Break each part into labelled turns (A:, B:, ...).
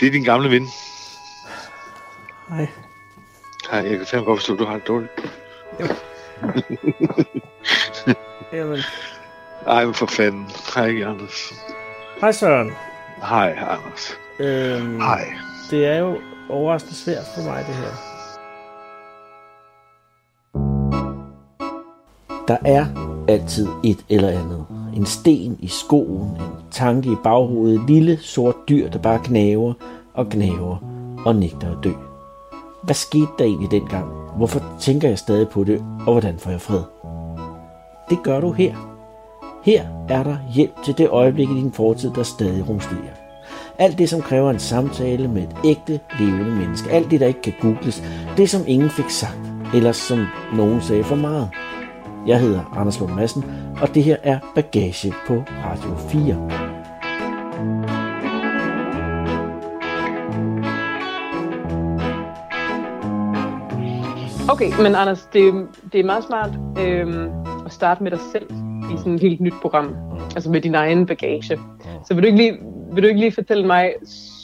A: Det er din gamle ven.
B: Nej.
A: Hej, jeg kan fandme godt forstå, at du har det dårligt.
B: Jamen.
A: Ej, men for fanden. Hej, Anders.
B: Hej Søren.
A: Hej, Anders.
B: Øhm,
A: Hej.
B: Det er jo overraskende svært for mig, det her. Der er altid et eller andet. En sten i skoen, en tanke i baghovedet, et lille sort dyr, der bare gnaver og gnaver og nægter at dø. Hvad skete der egentlig dengang? Hvorfor tænker jeg stadig på det, og hvordan får jeg fred? Det gør du her. Her er der hjælp til det øjeblik i din fortid, der stadig rumsterer. Alt det, som kræver en samtale med et ægte, levende menneske. Alt det, der ikke kan googles. Det, som ingen fik sagt. Eller som nogen sagde for meget. Jeg hedder Anders Lund Madsen, og det her er Bagage på Radio 4.
C: Okay, men Anders, det, det er meget smart øhm, at starte med dig selv i sådan et helt nyt program. Altså med din egen bagage. Så vil du ikke lige, vil du ikke lige fortælle mig,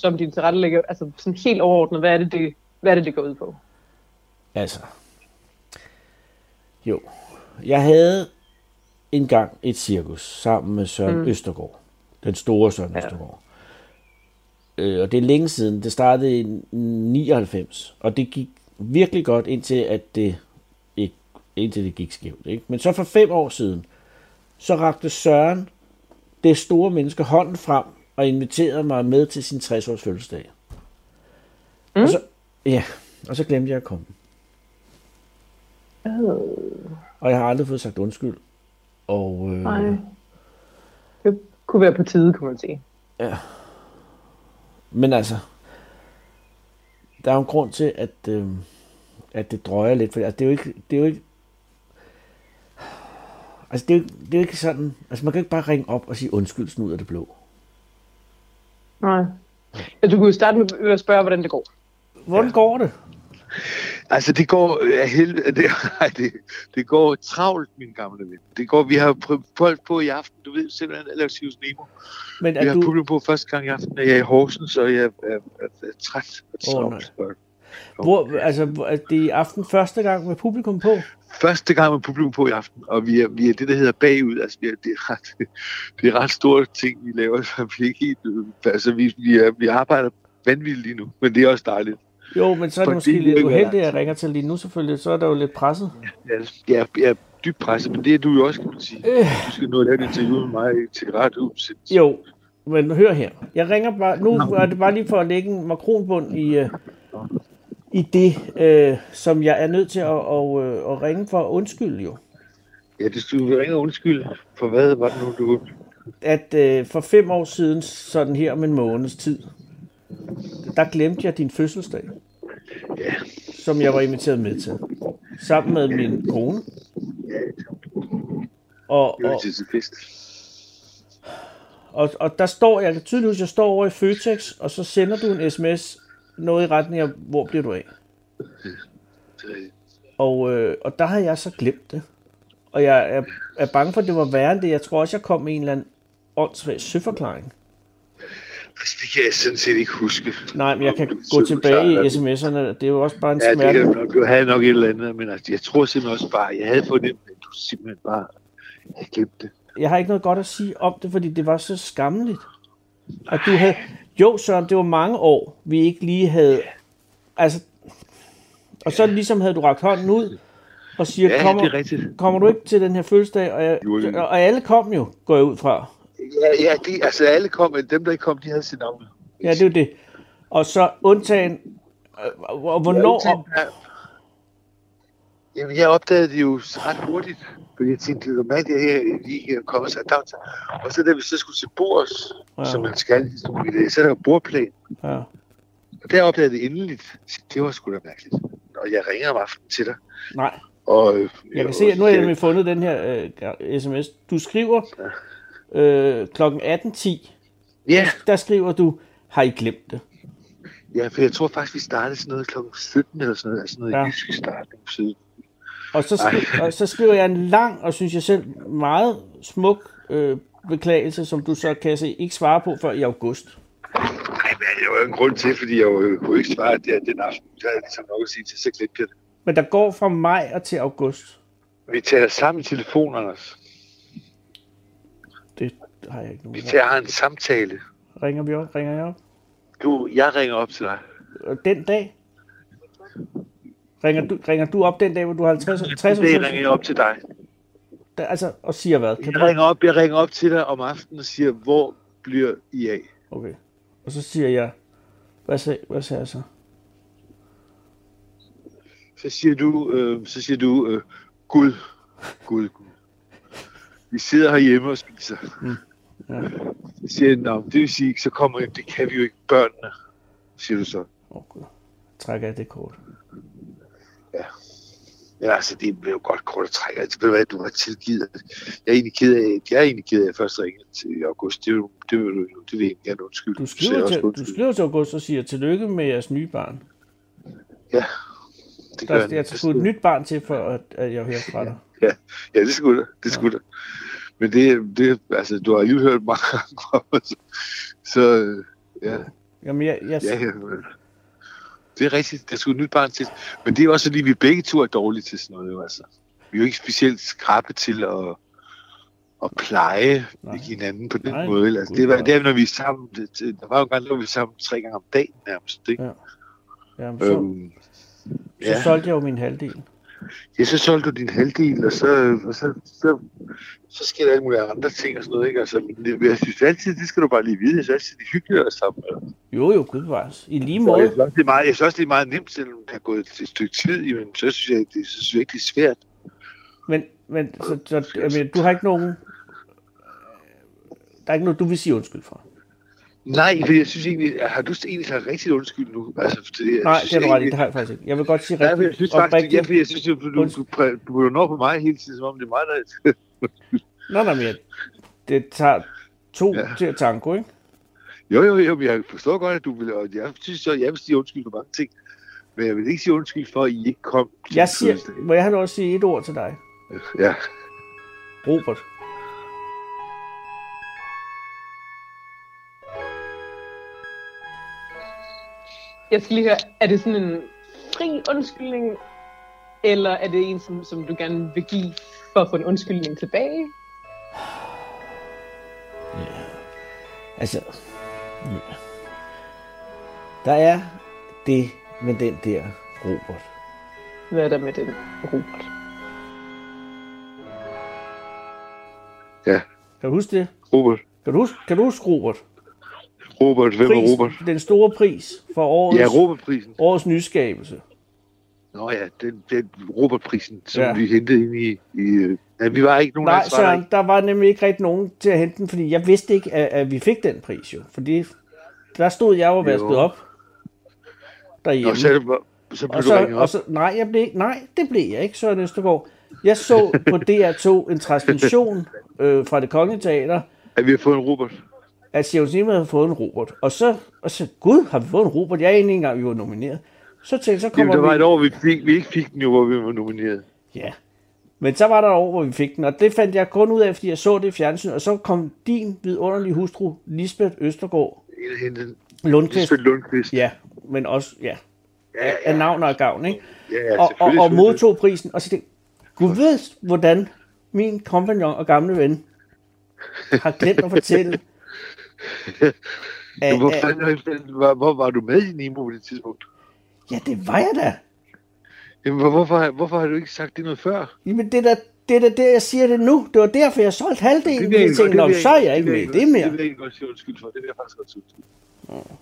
C: som din tilrettelægger, altså sådan helt overordnet, hvad er det, det, hvad er det, det går ud på?
B: Altså. Jo. Jeg havde engang et cirkus sammen med Søren mm. Østergaard. Den store Søren ja. Østergaard. Øh, og det er længe siden. Det startede i 99. Og det gik virkelig godt, indtil, at det, ikke, indtil det gik skævt. Ikke? Men så for fem år siden, så rakte Søren det store menneske hånden frem og inviterede mig med til sin 60-års fødselsdag. Mm. Og så, ja, og så glemte jeg at komme. Og jeg har aldrig fået sagt undskyld. Og øh,
C: Nej. Det kunne være på tide, kunne man sige.
B: Men altså, der er jo en grund til, at, øh, at det drøjer lidt. For altså, det er jo ikke... Det er jo ikke Altså, det er, jo, ikke- det er jo ikke sådan... Altså, man kan jo ikke bare ringe op og sige undskyld, sådan ud af det blå.
C: Nej. Ja, du kunne jo starte med at spørge, hvordan det går.
B: Hvordan ja. går det?
A: Altså, det går øh, af helvede. Det, ej, det, det går travlt, min gamle ven. Det går, vi har prø- folk på i aften. Du ved simpelthen, at lave Sirius Nemo.
B: Men
A: Vi
B: er
A: har
B: du...
A: publikum på første gang i aften, og jeg er i Horsens, og jeg er, er, er, er træt og
B: Åh, nej.
A: travlt. Oh,
B: Hvor, altså, hvor- er det i aften første gang med publikum på?
A: Første gang med publikum på i aften, og vi er, vi er det, der hedder bagud. Altså, vi er, det, er ret, det er ret store ting, vi laver, som vi ikke helt... øh, Altså, vi, vi, er, vi arbejder vanvittigt lige nu, men det er også dejligt.
B: Jo, men så er det
A: Fordi
B: måske
A: det
B: lidt
A: ikke er
B: uheldigt, at
A: langt.
B: jeg ringer til lige nu selvfølgelig. Så er der jo lidt presset.
A: Jeg, jeg, er- jeg er dybt presset, men det er du jo også, kan man sige.
B: Øh.
A: Du skal nu lave et interview med mig til ret udsigt.
B: Jo, men hør her. Jeg ringer bare, nu er det bare lige for at lægge en makronbund i, øh, i det, øh, som jeg er nødt til at, og, øh, at ringe for. Undskyld jo.
A: Ja, det du vil ringe og undskyld. For hvad var det nu, du...
B: At øh, for fem år siden, sådan her om en måneds tid, der glemte jeg din fødselsdag,
A: Ja,
B: som jeg var inviteret med til. Sammen med min kone. Og,
A: det var
B: og,
A: til til fest.
B: Og, og der står, jeg kan tydeligt huske, jeg står over i Føtex, og så sender du en sms, noget i retning af, hvor bliver du af? Og, øh, og der havde jeg så glemt det. Og jeg er, er bange for, at det var værre end det. Jeg tror også, jeg kom med en eller anden åndssvag søforklaring.
A: Altså, det kan jeg sådan set ikke huske.
B: Nej, men jeg kan
A: Om du
B: gå
A: så forklarer
B: tilbage i
A: det.
B: sms'erne. Det er jo også bare en
A: Ja, det
B: smerte.
A: kan du nok. Du havde nok et eller andet, men altså, jeg tror simpelthen også bare, jeg havde fornemt, at du simpelthen bare havde glemt det.
B: jeg har ikke noget godt at sige om det, fordi det var så skammeligt. Og du havde... Jo, Søren, det var mange år, vi ikke lige havde... Altså... Og så ligesom havde du rakt hånden ud og siger,
A: Ja,
B: kommer,
A: det er rigtigt.
B: kommer du ikke til den her fødselsdag? Og, jeg,
A: Jo, jo.
B: og alle kom jo, går jeg ud fra.
A: Ja, ja de, altså alle kom, men dem, der ikke kom, de havde sit navn.
B: Ja, det er jo det. Og så undtagen... øh, Og hvornår...
A: Ja. Jamen, jeg opdagede det jo ret hurtigt, fordi jeg tænkte, det var mand, jeg her lige øh, kommer sig dagt. Og så da vi så skulle til bords,
B: Ja.
A: ja. som man skal i sådan nogle idéer, så er der jo bordplan.
B: Ja.
A: Og der opdagede jeg det endeligt. Det var sgu da mærkeligt. Og jeg ringer om aftenen til dig.
B: Nej,
A: Og, øh,
B: jeg kan
A: og-
B: se, at nu har jeg nemlig fundet den her øh, sms. Du skriver øh, klokken 18.10,
A: Ja,
B: der skriver du, har I glemt det?
A: ja, for jeg tror faktisk, vi startede sådan noget kl. 17 eller sådan noget. Altså noget
B: Ja.
A: ja. jysk start.
B: Og så, skri- og så skriver jeg en lang og synes jeg selv meget smuk øh, beklagelse, som du så kan jeg se ikke svarer på før i august.
A: Nej, men det var jo en grund til, fordi jeg jo kunne ikke svare der den aften. Så havde jeg ligesom nok at sige til, så klippede jeg det.
B: Men der går fra maj og til august.
A: Vi tager sammen telefonerne.
B: Det har jeg ikke nogen.
A: Vi
B: af.
A: tager en samtale.
B: Ringer vi op? Ringer jeg op?
A: Du, jeg ringer op til dig.
B: Og Den dag? Ringer du, ringer du op den dag, hvor du har 50 60
A: Det ringer jeg op til dig.
B: Der, altså, og siger hvad? Kan
A: Jeg
B: du...
A: ringer op, jeg ringer op til dig om aftenen og siger, hvor bliver I af?
B: Okay. Og så siger jeg, hvad sagde, hvad sagde jeg så?
A: Så siger du, øh, så siger du øh, Gud, Gud, Gud. Vi sidder herhjemme og spiser.
B: Mm. Ja.
A: Så siger jeg, "Nå, men det vil sige, så kommer jeg, det kan vi jo ikke, børnene, siger du så.
B: Åh, oh, gud. Trækker jeg det kort.
A: Ja, altså, det blev jo godt kort at trække. Altså, ved du hvad, du var tilgivet. Jeg er egentlig ked af, jeg er egentlig ked af, at jeg først ringede til i august. Det, er jo- det, vil, du- det vil jeg ikke gerne undskylde.
B: Du
A: Så jeg
B: skriver,
A: også
B: til, du
A: undskyld.
B: skriver til August og siger, tillykke med jeres nye barn.
A: det
B: Der
A: gør
B: er jeg
A: Det
B: til et nyt barn til, for at, at jeg hører fra dig.
A: Ja, det skulle der. Det skulle der. Men det, det, altså, du har lige hørt mange andre. Så, så øh, ja,
B: Jamen, jeg, jeg,
A: ja, ja. Det er rigtigt. Det skulle et nyt barn til. Men det er også fordi, vi begge to er dårlige til sådan noget. Jo, altså. Vi er jo ikke specielt skrappe til at, at pleje
B: Nej.
A: Nej. hinanden på den
B: Nej,
A: Nej. måde. vel? Altså,
B: gud
A: det, var,
B: nej.
A: det er, når vi er sammen. Det, det- der var jo en gang, der var vi sammen tre gange om dagen nærmest. Ikke?
B: Ja. jamen,
A: Ja.
B: så,
A: Øhm,
B: så solgte jeg jo min halvdel.
A: Ja, så solgte du din halvdel, og så, og så, så, så sker der alle mulige andre ting og sådan noget, ikke? Altså, men det, jeg synes altid, det skal du bare lige vide, jeg synes altid, det er hyggeligt at være sammen. med.
B: Jo, jo, gud bevares. I lige
A: Og jeg
B: måde.
A: synes også, det er meget, jeg synes også, det er meget nemt, selvom det har gået et stykke tid, men så synes jeg, det, så synes jeg ikke, det er svært.
B: Men, men så, så, jamen, du har ikke nogen... Der er ikke noget, du vil sige undskyld for.
A: Nej, for jeg synes egentlig, har du egentlig sagt rigtig undskyld nu? Altså, for det, jeg
B: Nej, det
A: synes
B: er du ret i.
A: egentlig-
B: Det har jeg faktisk ikke. Jeg vil godt sige
A: Nej, for jeg synes faktisk, ja,
B: oprigtigt-
A: for jeg synes, du, du, du, du, præ- du, du når på mig hele tiden, som om det er mig, der...
B: Nå, nej, men jeg- det tager to ja.
A: Ja.
B: til at tango, ikke?
A: Jo, jo, jo, men jeg forstår godt, at du vil, og jeg synes så, jeg vil sige undskyld for mange ting, men jeg vil ikke sige undskyld for, at I ikke kom til
B: Jeg
A: min
B: siger,
A: fødselsdag.
B: må jeg have lov at sige et ord til dig?
A: Ja,
B: Robert.
C: Jeg skal lige høre, er det sådan en fri undskyldning, eller er det en, som, som du gerne vil give for at få en undskyldning tilbage?
B: Altså, ja. der er det med den der Robert.
C: Hvad er der med den, Robert?
A: ja.
B: Kan du huske det?
A: Robert.
B: Kan du huske, kan du huske Robert?
A: Robert, hvem er Robert?
B: Den store pris for årets,
A: Ja, Robert-prisen.
B: årets nyskabelse.
A: Nå ja, den, den Robert-prisen, som
B: Ja.
A: ja. vi hentede ind i... i øh, ja, vi var ikke nogen af
B: Nej,
A: os, var der
B: Søren,
A: ikke.
B: der var nemlig ikke rigtig nogen til at hente den, fordi jeg vidste ikke, at, at vi fik den pris jo. Fordi der stod jeg jo og vasket
A: Jo.
B: op derhjemme.
A: Nå, så, er det bare- så blev
B: Og
A: du
B: så,
A: ringet op.
B: og så, nej, jeg blev, ikke- nej, det blev jeg ikke, Søren Østergaard. Jeg så på DR2 en transmission øh, fra det kongelige teater,
A: At vi har fået en Robert.
B: at Sjævn Simon havde fået en Robert. Og så, og så, gud, har vi fået en Robert? Jeg er ikke engang, vi var nomineret. Så tænkte jeg, så
A: Jamen,
B: kommer
A: der var
B: vi...
A: et år, vi, fik, vi ikke fik den jo, hvor vi var nomineret.
B: Ja. Men så var der et år, hvor vi fik den, og det fandt jeg kun ud af, fordi jeg så det i fjernsyn, og så kom din vidunderlige hustru, Lisbeth Østergaard
A: En af hende,
B: Lundqvist.
A: Lisbeth Lundqvist.
B: Ja, men også, ja,
A: ja, ja,
B: af navn og af gavn, ikke?
A: ja, ja
B: og, og,
A: selvfølgelig,
B: og
A: selvfølgelig.
B: modtog prisen, og så tænkte jeg, Gud ved, hvordan min kompagnon og gamle ven har glemt at fortælle, at,
A: Men Hvor,
B: at,
A: fanden, hvor, hvor var du med i Nemo på det tidspunkt?
B: ja, det var jeg da.
A: Jamen, hvor- hvorfor, hvorfor har du ikke sagt det noget før?
B: Jamen, det er da det, er da der, jeg siger det nu. Det var derfor, jeg solgte halvdelen,
A: vil
B: fordi jeg
A: egentlig godt-
B: tænkte, "Nå,
A: vil
B: så er jeg
A: egentlig-
B: ikke med i
A: vil jeg egentlig godt-
B: det mere.
A: Det vil jeg egentlig godt sige undskyld for. Det vil jeg faktisk godt sige undskyld for.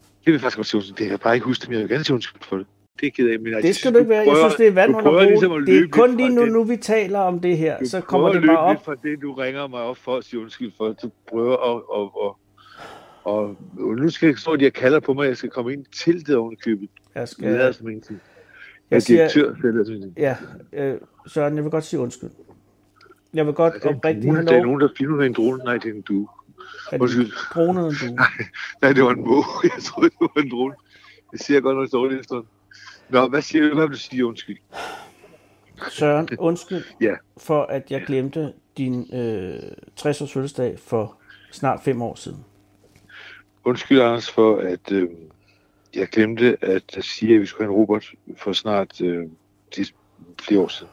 A: Det vil jeg faktisk godt sige undskyld for. Det kan jeg bare ikke huske, men jeg vil gerne sige undskyld for det. Det er jeg ked af, men altså, jeg
B: Det skal du ikke være. Jeg synes, det er vandhånd at
A: ligesom
B: bruge. Det er kun lige nu, nu vi taler om det her, så kommer det bare op.
A: for det, du ringer mig op for at sige undskyld for. Du prøver at... Og, og, og, og nu skal jeg ikke stå, at jeg kalder på mig, at jeg skal komme ind til det ovenkøbet.
B: Jeg
A: Ja. Det er
B: skal,
A: som ingenting. Jeg er
B: jeg siger,
A: direktør, det er som ingenting.
B: ja, øh, Søren, jeg vil godt sige undskyld. Jeg vil godt oprigtigt have
A: Det er
B: lov,
A: nogen, der filmer med en drone. Nej, det er en due.
B: at
A: Undskyld.
B: dronede du.
A: Nej, det var en måge. Jeg troede, det var en drone. Det siger godt nok dårligt efter. Nå, hvad siger du? Hvad vil du sige? Undskyld.
B: Søren, undskyld
A: Ja.
B: for, at jeg glemte din øh, 60-års fødselsdag for snart fem år siden.
A: Undskyld, Anders, for at øh, jeg glemte at sige, at vi skulle have en Robert for snart øh, det- flere år siden.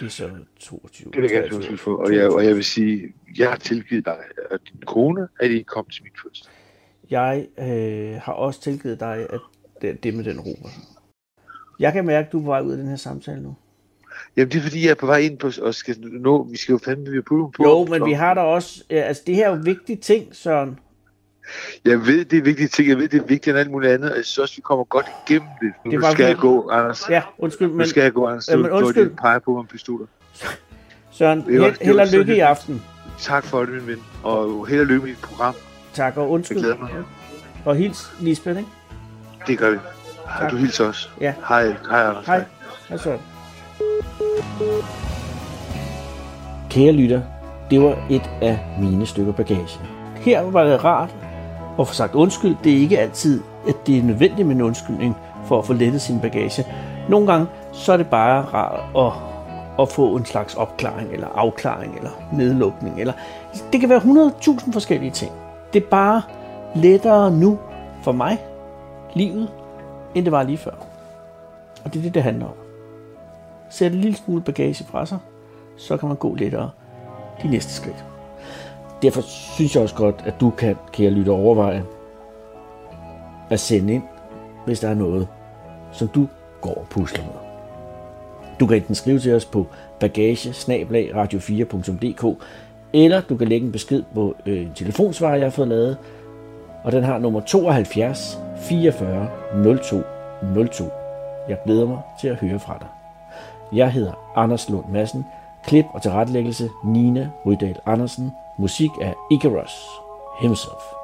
B: Det er så 22.
A: Det vil jeg gerne have undskyld for. Og jeg, og jeg vil sige, jeg har tilgivet dig og din kone, at I kom til min fødsel.
B: Jeg øh, har også tilgivet dig, at det, det med den Robert. Jeg kan mærke, at du er på vej ud af den her samtale nu.
A: Jamen, det er fordi, jeg er på vej ind på, og skal nå, vi skal jo fandme, vi har på.
B: Jo, men vi har da også... Ja, altså, det her er jo vigtige ting, Søren.
A: Jeg ved, det er vigtige ting. Jeg ved, det er vigtigere end alt muligt andet. Og jeg synes også, vi kommer godt igennem det. Nu,
B: Det
A: det
B: var
A: skal jeg
B: virkelig-
A: gå, Anders.
B: Ja, undskyld,
A: Nu
B: men
A: skal jeg gå, Anders.
B: Jamen,
A: Nu står
B: undskyld.
A: de og peger på mig med pistoler.
B: Søren,
A: Det var-
B: held,
A: det
B: held
A: var
B: og
A: så
B: lykke i
A: hyggeligt.
B: aften.
A: Tak for det, min ven. Og held og lykke med dit program.
B: Tak, og
A: Jeg
B: undskyld.
A: glæder mig.
B: Og hils Lisbeth, ikke?
A: Det gør vi. Hej, du hilser os.
B: Ja.
A: Hej, hej, Anders.
B: Hej. Hej Søren. Kære lytter, det var et af mine stykker bagage. Her var det rart at få sagt undskyld. Det er ikke altid, at det er nødvendigt med en undskyldning for at få lettet sin bagage. Nogle gange så er det bare rart at, at få en slags opklaring, eller afklaring, eller nedlukning. Eller, det kan være 100.000 forskellige ting. Det er bare lettere nu for mig, livet, end det var lige før. Og det er det, det handler om. Sæt en lille smule bagage fra sig, så kan man gå lettere de næste skridt. Derfor synes jeg også godt, at du kan, kære lytte, overveje at sende ind, hvis der er noget, som du går og pusler med. Du kan enten skrive til os på bagage 4dk eller du kan lægge en besked på øh, en telefonsvarer, jeg har fået lavet, og den har nummer 72 44 02 02. Jeg glæder mig til at høre fra dig. Jeg hedder Anders Lund Madsen. Klip og tilrettelæggelse Nina Ryddal Andersen. Musik af Icarus himself.